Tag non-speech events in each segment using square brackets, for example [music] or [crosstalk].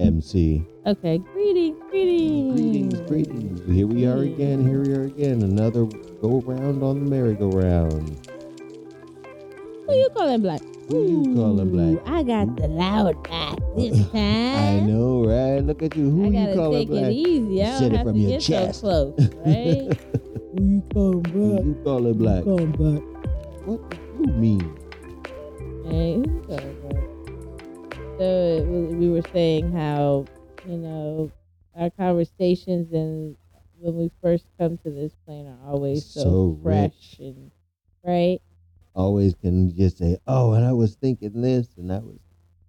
MC. Okay. Greetings, greetings. Greetings, greetings. Here we are again. Here we are again. Another go round on the merry-go-round. Who you calling black? Who you calling black? Ooh, I got the loud back this [laughs] time. I know, right? Look at you. Who I you gotta calling take it black? easy. I Said don't it have from to your get chest. [laughs] so close, right? Who you calling Who you calling black? calling black? What do you mean? Hey, who you calling black? So it was- we were saying how you know our conversations and when we first come to this plane are always so, So fresh and right. Always can just say, oh, and I was thinking this, and that was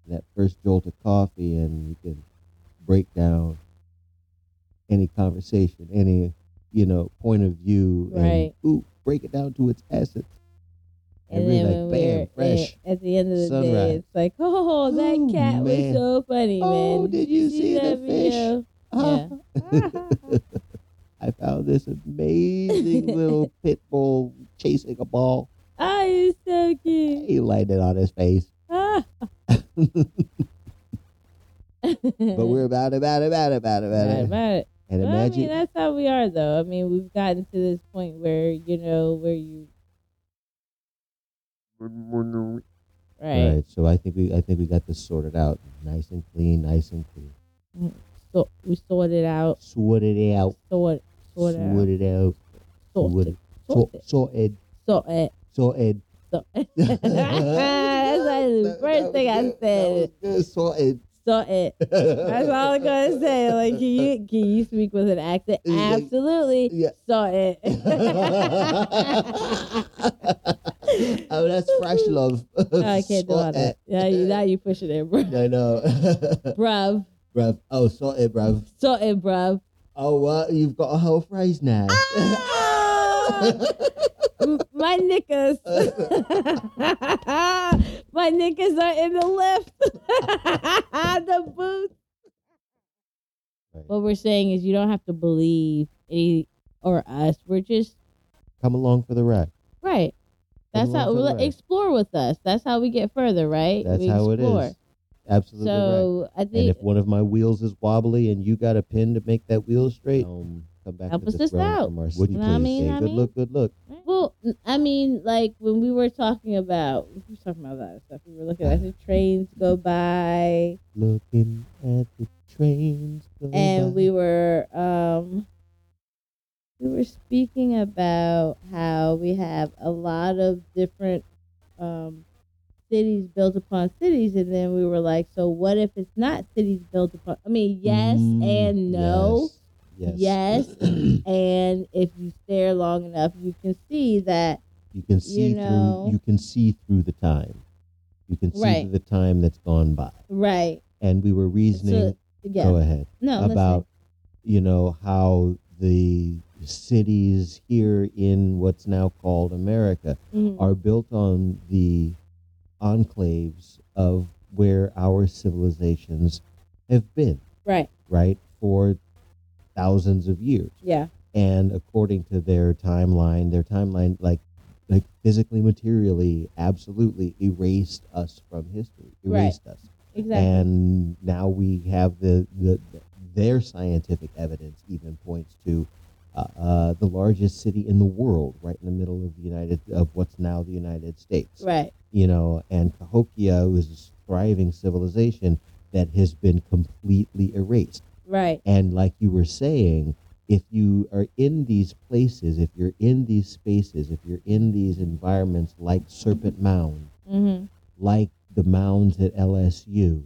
that first jolt of coffee, and you can break down any conversation, any, you know, point of view, Right. and ooh, break it down to its essence. And really then like, when bam, we're fresh. At, at the end of the Sunrise. day, it's like, oh, that Ooh, cat man. was so funny, Oh, man. did you see the fish? video? [laughs] Ah, Yeah. [laughs] I found this amazing [laughs] little pit bull chasing a ball. Ah, he's so cute. [laughs] He landed on his face. Ah. [laughs] But [laughs] we're about it, about it, about it, about it, about Mm-hmm. Right it. about it. And Well, I mean, imagine, that's how we are, though. I mean, we've gotten to this point where you know where you right, right? So I think we, I think we got this sorted out, nice and clean, nice and clean. so we sort it out, Sort it out, sort sort it out, sort it out, sort sort it, it, sort it, sorted, sort it. sorted. Sort it. [laughs] [laughs] That's like the first thing I said. Sorted. Sort it. That's all I'm gonna say. Like, can you can you speak with an accent? Yeah. Absolutely. Yeah. [laughs] Sort it. oh, that's fresh love. No, [laughs] I can't do all that. Yeah, you, now you pushing it, bruv. [laughs] I know. [laughs] Bruv. bruv. Oh, sorted, bruv. Sort it, bruv. Oh, what? You've got a whole phrase now. Ah! M- [laughs] My knickers. [laughs] My knickers are in the lift. [laughs] the boots. What we're saying is you don't have to believe any or us. We're just [laughs] Come along for the ride. right. That's Come along how for the well, ride. explore with us. That's how we get further, right? That's we how it explore. is. Absolutely right. So I And think if one of my wheels is wobbly and you got a pin to make that wheel straight, um, come back Help to us the this throne out. From our you sleep, know what I please. mean? Say, I good mean- look, good look. Well, n- I mean, like when we were talking about we were talking about a lot of stuff. We were looking at the trains go by, Looking at the trains. go and by. we were um we were speaking about how we have a lot of different um cities built upon cities, and then we were like, so what if it's not cities built upon? I mean, yes Mm, and no. Yes. [clears throat] And if you stare long enough, you can see that you can see know. through. You can see through the time. You can see Right. through the time that's gone by. right. And we were reasoning. Yeah. Go ahead. no, I'm listening. about you know how the cities here in what's now called America Mhm. are built on the enclaves of where our civilizations have been right. right for thousands of years Yeah. and according to their timeline their timeline like like physically materially absolutely erased us from history Right. erased us Exactly. and now we have the, the their scientific evidence even points to uh, uh, the largest city in the world, right in the middle of the United of what's now the United States. right. You know, and Cahokia is a thriving civilization that has been completely erased. Right. And like you were saying, if you are in these places, if you're in these spaces, if you're in these environments like Serpent Mound, Mm-hmm. like the mounds at LSU,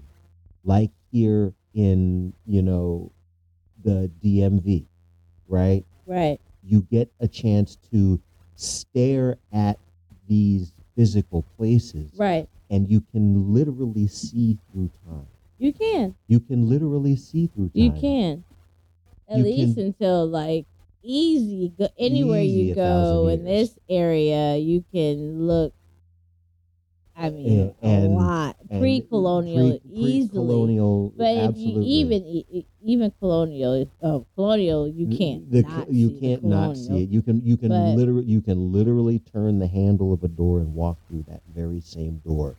like here in, you know, the DMV, right? Right. You get a chance to stare at these physical places Right. and you can literally see through time. You can. You can literally see through time. You can. At You least can- until like easy. Go, anywhere Easy you a thousand go in years. this area, you can look. I mean, Yeah, and- a lot And pre-colonial pre- easily. pre-colonial, But if you absolutely. even e- e- even colonial, oh, colonial, you Th- can't. the not cl- you see the can't not see colonial. it. You can you can But- literally you can literally turn the handle of a door and walk through that very same door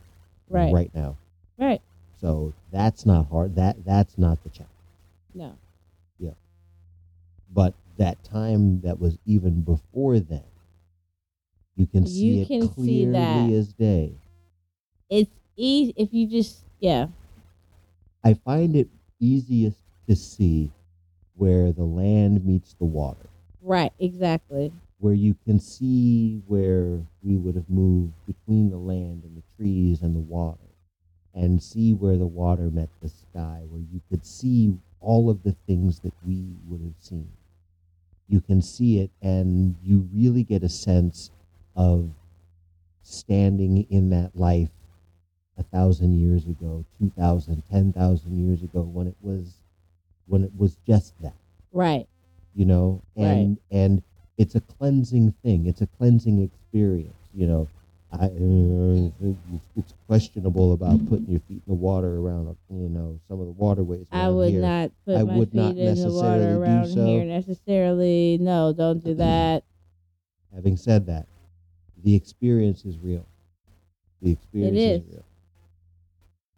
Right. right now. Right. So that's not hard. That that's not the challenge. No. But that time that was even before then, you can see You it can clearly see that. as day. It's easy if you just yeah. I find it easiest to see where the land meets the water. Right, exactly. where you can see where we would have moved between the land and the trees and the water, and see where the water met the sky, where you could see all of the things that we would have seen. You can see it, and you really get a sense of standing in that life a thousand years ago, two thousand, ten thousand years ago, when it was, when it was just that Right. you know Right. and and it's a cleansing thing it's a cleansing experience you know I, uh, it's questionable about putting your feet in the water around you know some of the waterways I around would here. not put I my would feet not in the necessarily water do around so. here necessarily. No, [clears throat] don't do that. having said that the experience is real the experience is. real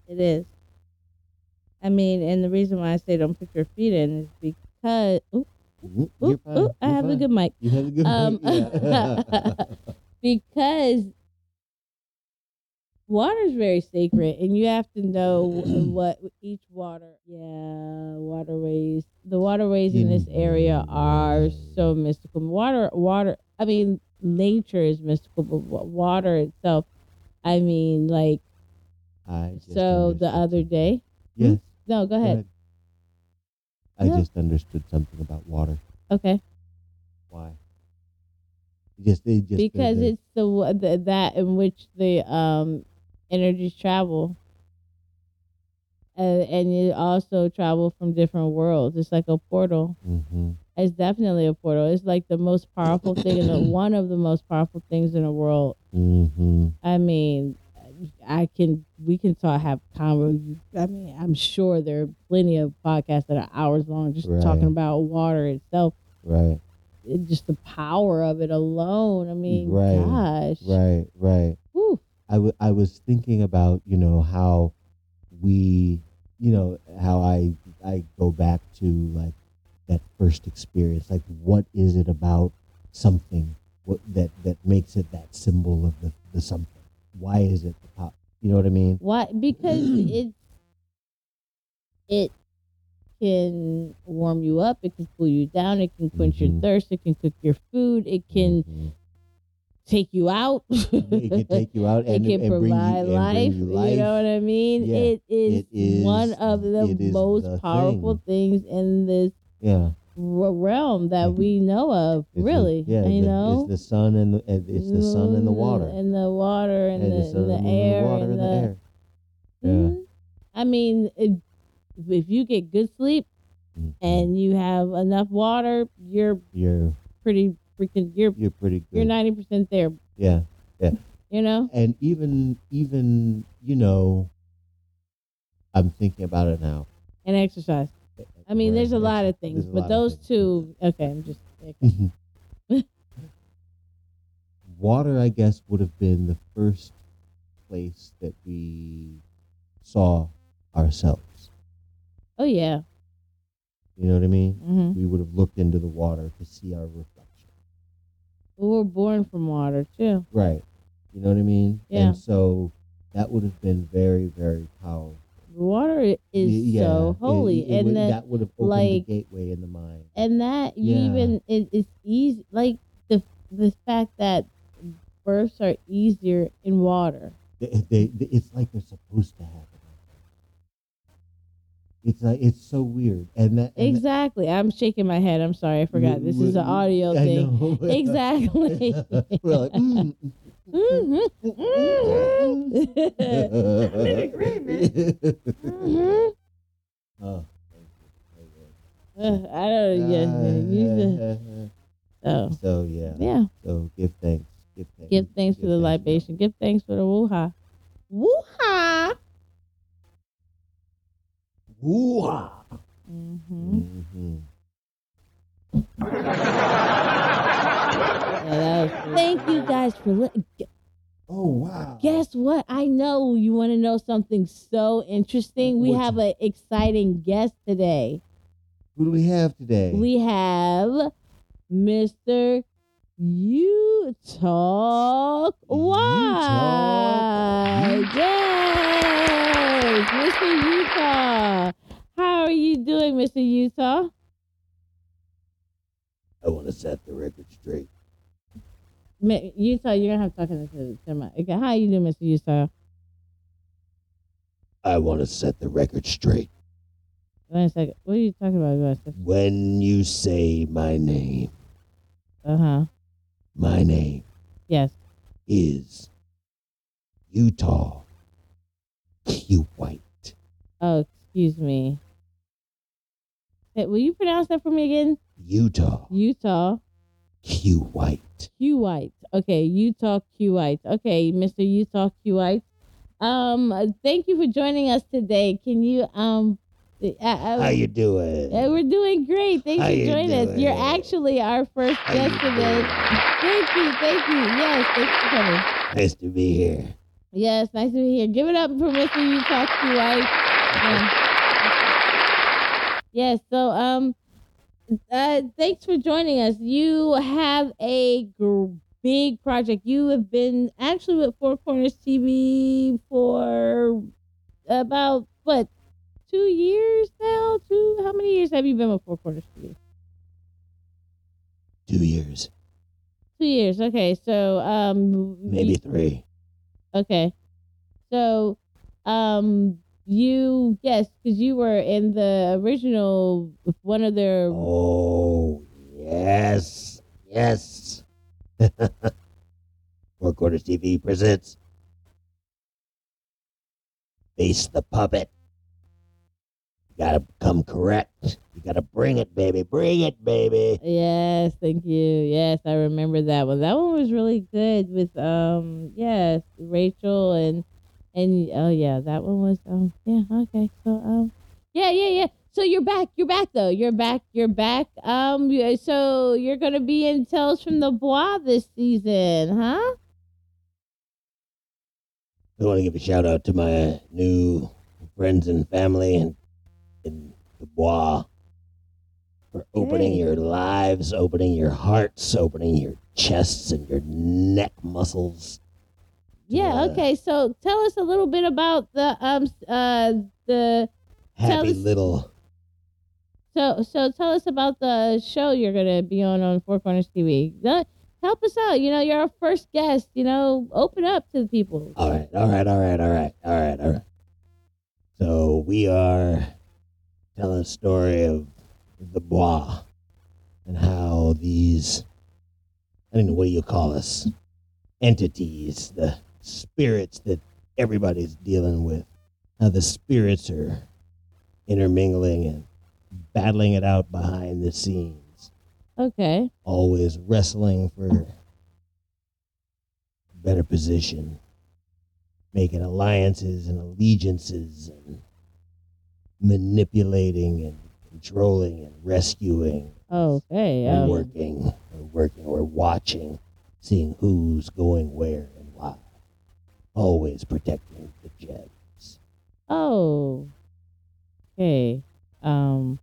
It is. I mean, and the reason why I say don't put your feet in is because ooh, Mhm, ooh, You're fine. ooh, I You're have a fine. good mic. you have a good [laughs] Um, [laughs] yeah. [laughs] because water is very sacred and you have to know [clears throat] what each water yeah waterways the waterways in Mm. this area are so mystical water water i mean nature is mystical but wa- water itself i mean like I just so the understood other something. day yes no go go ahead ahead. I No. just understood something about water okay Why? Just, they just because the, it's the, wa- the that in which the um energies travel and, and you also travel from different worlds it's like a portal hmm it's definitely a portal it's like the most powerful thing in the [coughs] one of the most powerful things in the world hmm i mean i can we can talk have convos i mean i'm sure there are plenty of podcasts that are hours long just Right. talking about water itself right, it, just the power of it alone i mean Right. gosh right, right. Whew. I wa- I was thinking about you know how we you know how I I go back to like that first experience like what is it about something what that that makes it that symbol of the, the something why is it the pop you know what I mean Why? [clears throat] Because it it can warm you up. It can cool you down. It can quench your Mhm. thirst. It can cook your food. It can Mhm. take you out. [laughs] it Mm-hmm. can take you out It and, can and bring you, provide and bring life, you you life know what I mean? Yeah. It, is It is- one of the it is most the powerful things in this yeah r- realm that Mhm. we know of, It's the- really. yeah, you the- know? Mm, it's the sun and the, and it's the sun and the water. And the water and Yeah, the, and sun, the moon, air water, and and the air. Yeah. Mhm. I mean, if, if you get good sleep Mhm. and you have enough water, you're you're pretty freaking you're you're pretty good. you're ninety percent there. yeah, You know, and even even you know, I'm thinking about it now. [laughs] and exercise. I mean, Right, there's a right. lot of There's things, a but lot of those things. two. Okay, I'm just. Okay. Mhm. Water, I guess, would have been the first place that we saw ourselves. Oh yeah. You know what I mean? hmm We would have looked into the water to see our reflection. We were born from water too. Right. You know what I mean? Yeah. And so that would have been very, very powerful. Water i- is Y- yeah, so it- holy, it would- and the, that would have opened like- the gateway in the mind. and that you Yeah. even it, it's easy. Like the the fact that births are easier in water. They- they- they- it's like they're supposed to happen. It's like it's so weird, and that and that- Exactly. I'm shaking my head. I'm sorry. I forgot. we- This we- is an audio I thing. know. [laughs] Exactly. [laughs] We're like, mm, Mhm. mm, Mhm. [laughs] Mhm. [laughs] Oh. Ugh, I don't. Yeah. yeah, you just- Oh. [laughs] So Ah, yeah. Yeah. So give thanks. Give thanks. Give thanks for the libation. Give thanks for the woo-ha. Woo-ha. Woo-ha! hmm Mm-hmm. Yeah, that was pretty Thank you good. guys for listening. Oh wow. Guess what? I know you want to know something so interesting. We What's have an exciting guest today. Who do we have today? We have Mr. You Talk Why. Yes, Mr. Utah. How are you doing, Mr. Utah? I want to set the record straight. Ma- Utah, you're gonna have to talk into the to my. Okay, how you doing, Mr. Utah? I want to set the record straight. Wait a second. What are you talking about? When you say my name, Uh huh. my name Yes. is Utah Q White. Oh, excuse me. Hey, will you pronounce that for me again? Utah Utah Q White. Q White. Okay, Utah Q White. Okay, Mr. Utah Q White. Um, uh, thank you for joining us today. Can you um, uh, uh, How you doing? uh, we're doing great. Thanks How for you joining us. You're doing? actually our first How you guest today. doing? Thank you, thank you. Yes, thanks for coming. Nice to be here. Yes, nice to be here. Give it up for Mr. Utah Q White. Um, Yes, so um, uh, thanks for joining us. You have a gr- big project. You have been actually with Four Corners TV for about what two years now? Two? How many years have you been with Four Corners TV? Two years, Two years. Okay, so um, maybe three. Okay. So, um, you yes, because you were in the original one of their Oh yes, yes. [laughs] Four Corners TV presents Face the Puppet. You gotta come correct. You gotta bring it, baby. Bring it, baby. yes, thank you. Yes, I remember that one. That one was really good with um yes Rachel and and oh yeah that one was um yeah okay so um yeah yeah yeah so you're back you're back though you're back you're back um you- so you're gonna be in Tales from the Bois this season huh. I want to give a shout out to my new friends and family and in the Bois for opening Hey. your lives, opening your hearts, opening your chests and your neck muscles. Yeah. Yeah. Okay. So tell us a little bit about the um s- uh the Tell Happy us- little so so tell us about the show you're gonna be on on Four Corners TV. Th- Help us out. You know, you're our first guest. You know, open up to the people. All right, all right, all right, all right, all right, all right. So we are telling the story of the Bois and how these, I don't know, what do you call us? Entities, the spirits that everybody's dealing with, how the spirits are intermingling and battling it out behind the scenes, Okay. always wrestling for better position making alliances and allegiances and manipulating and controlling and rescuing Okay. and Um, working or working or watching seeing who's going where and why always protecting the jet oh. Okay. Um.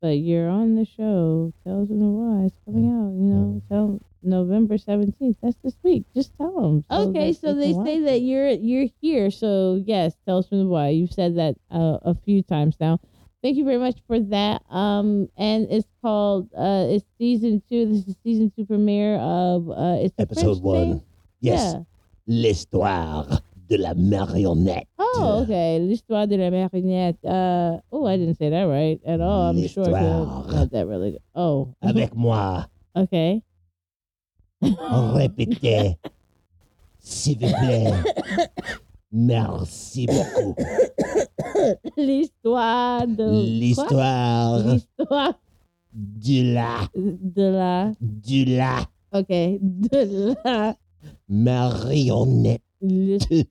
But you're on the show. Tell them why it's coming out. You know, Mm. tell November seventeenth. That's this week. Just tell them. Okay, so they say that you're you're here. So yes, tell us from the why. You've said that uh, a few times now. Thank you very much for that. Um, and it's called uh, it's season two. This is season two premiere of uh, it's the episode French one thing? yes Yeah. l'histoire de la marionnette Oh, okay. L'histoire de la marionnette. Uh, oh, I didn't say that right at all. I'm sure it's L'histoire. not that really. Oh, avec moi [laughs] okay. [laughs] répétez s'il vous plaît merci beaucoup Euh, L'histoire de Quoi? l'histoire L'histoire de la de la de la Okay. De la marionnette. [laughs] l'his-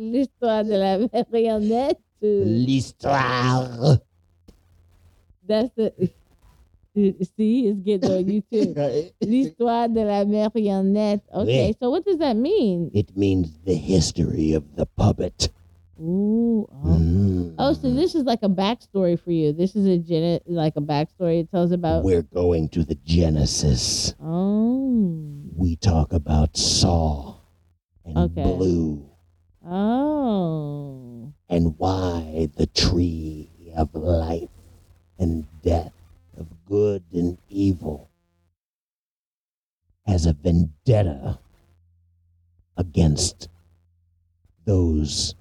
l'histoire de la Euh. marionnette. [laughs] L'histoire That's the See, it's getting on you too. [laughs] L'histoire de la marionnette. Okay, Yeah. so what does that mean? It means the history of the puppet. Ooh. Oh. Mm. Oh, so this is like a backstory for you. This is a gen- like a backstory. It tells about. We're going to the Genesis. Oh. We talk about Saw and Okay. Blue Oh. and why the tree of life and death, of good and evil, has a vendetta against those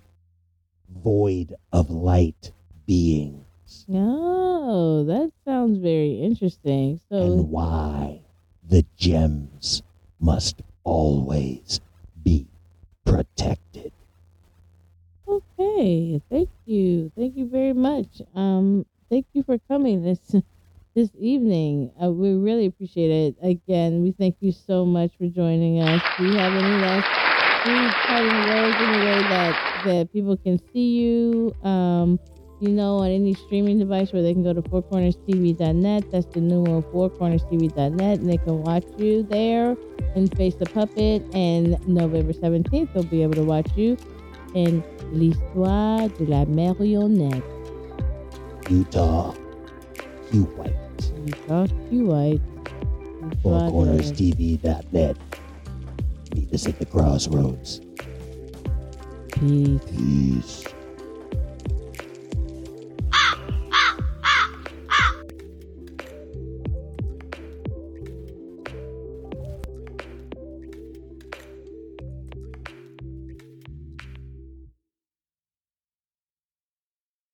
void of light beings. No, Oh, that sounds very interesting. So, and why the gems must always be protected. okay, thank you, thank you very much. Um, thank you for coming this [laughs] this evening. Uh, we really appreciate it. Again, we thank you so much for joining us. Do you have any last any parting words in a way that that people can see you? Um. You know, on any streaming device where they can go to fourcornerstv.net. That's the new one, fourcornerstv.net, and they can watch you there and Face the Puppet. And November 17th, they'll be able to watch you in L'Histoire de la Marionnette. Utah, Q White, You talk you white. fourcornerstv.net. Meet us at the crossroads. Peace. Peace.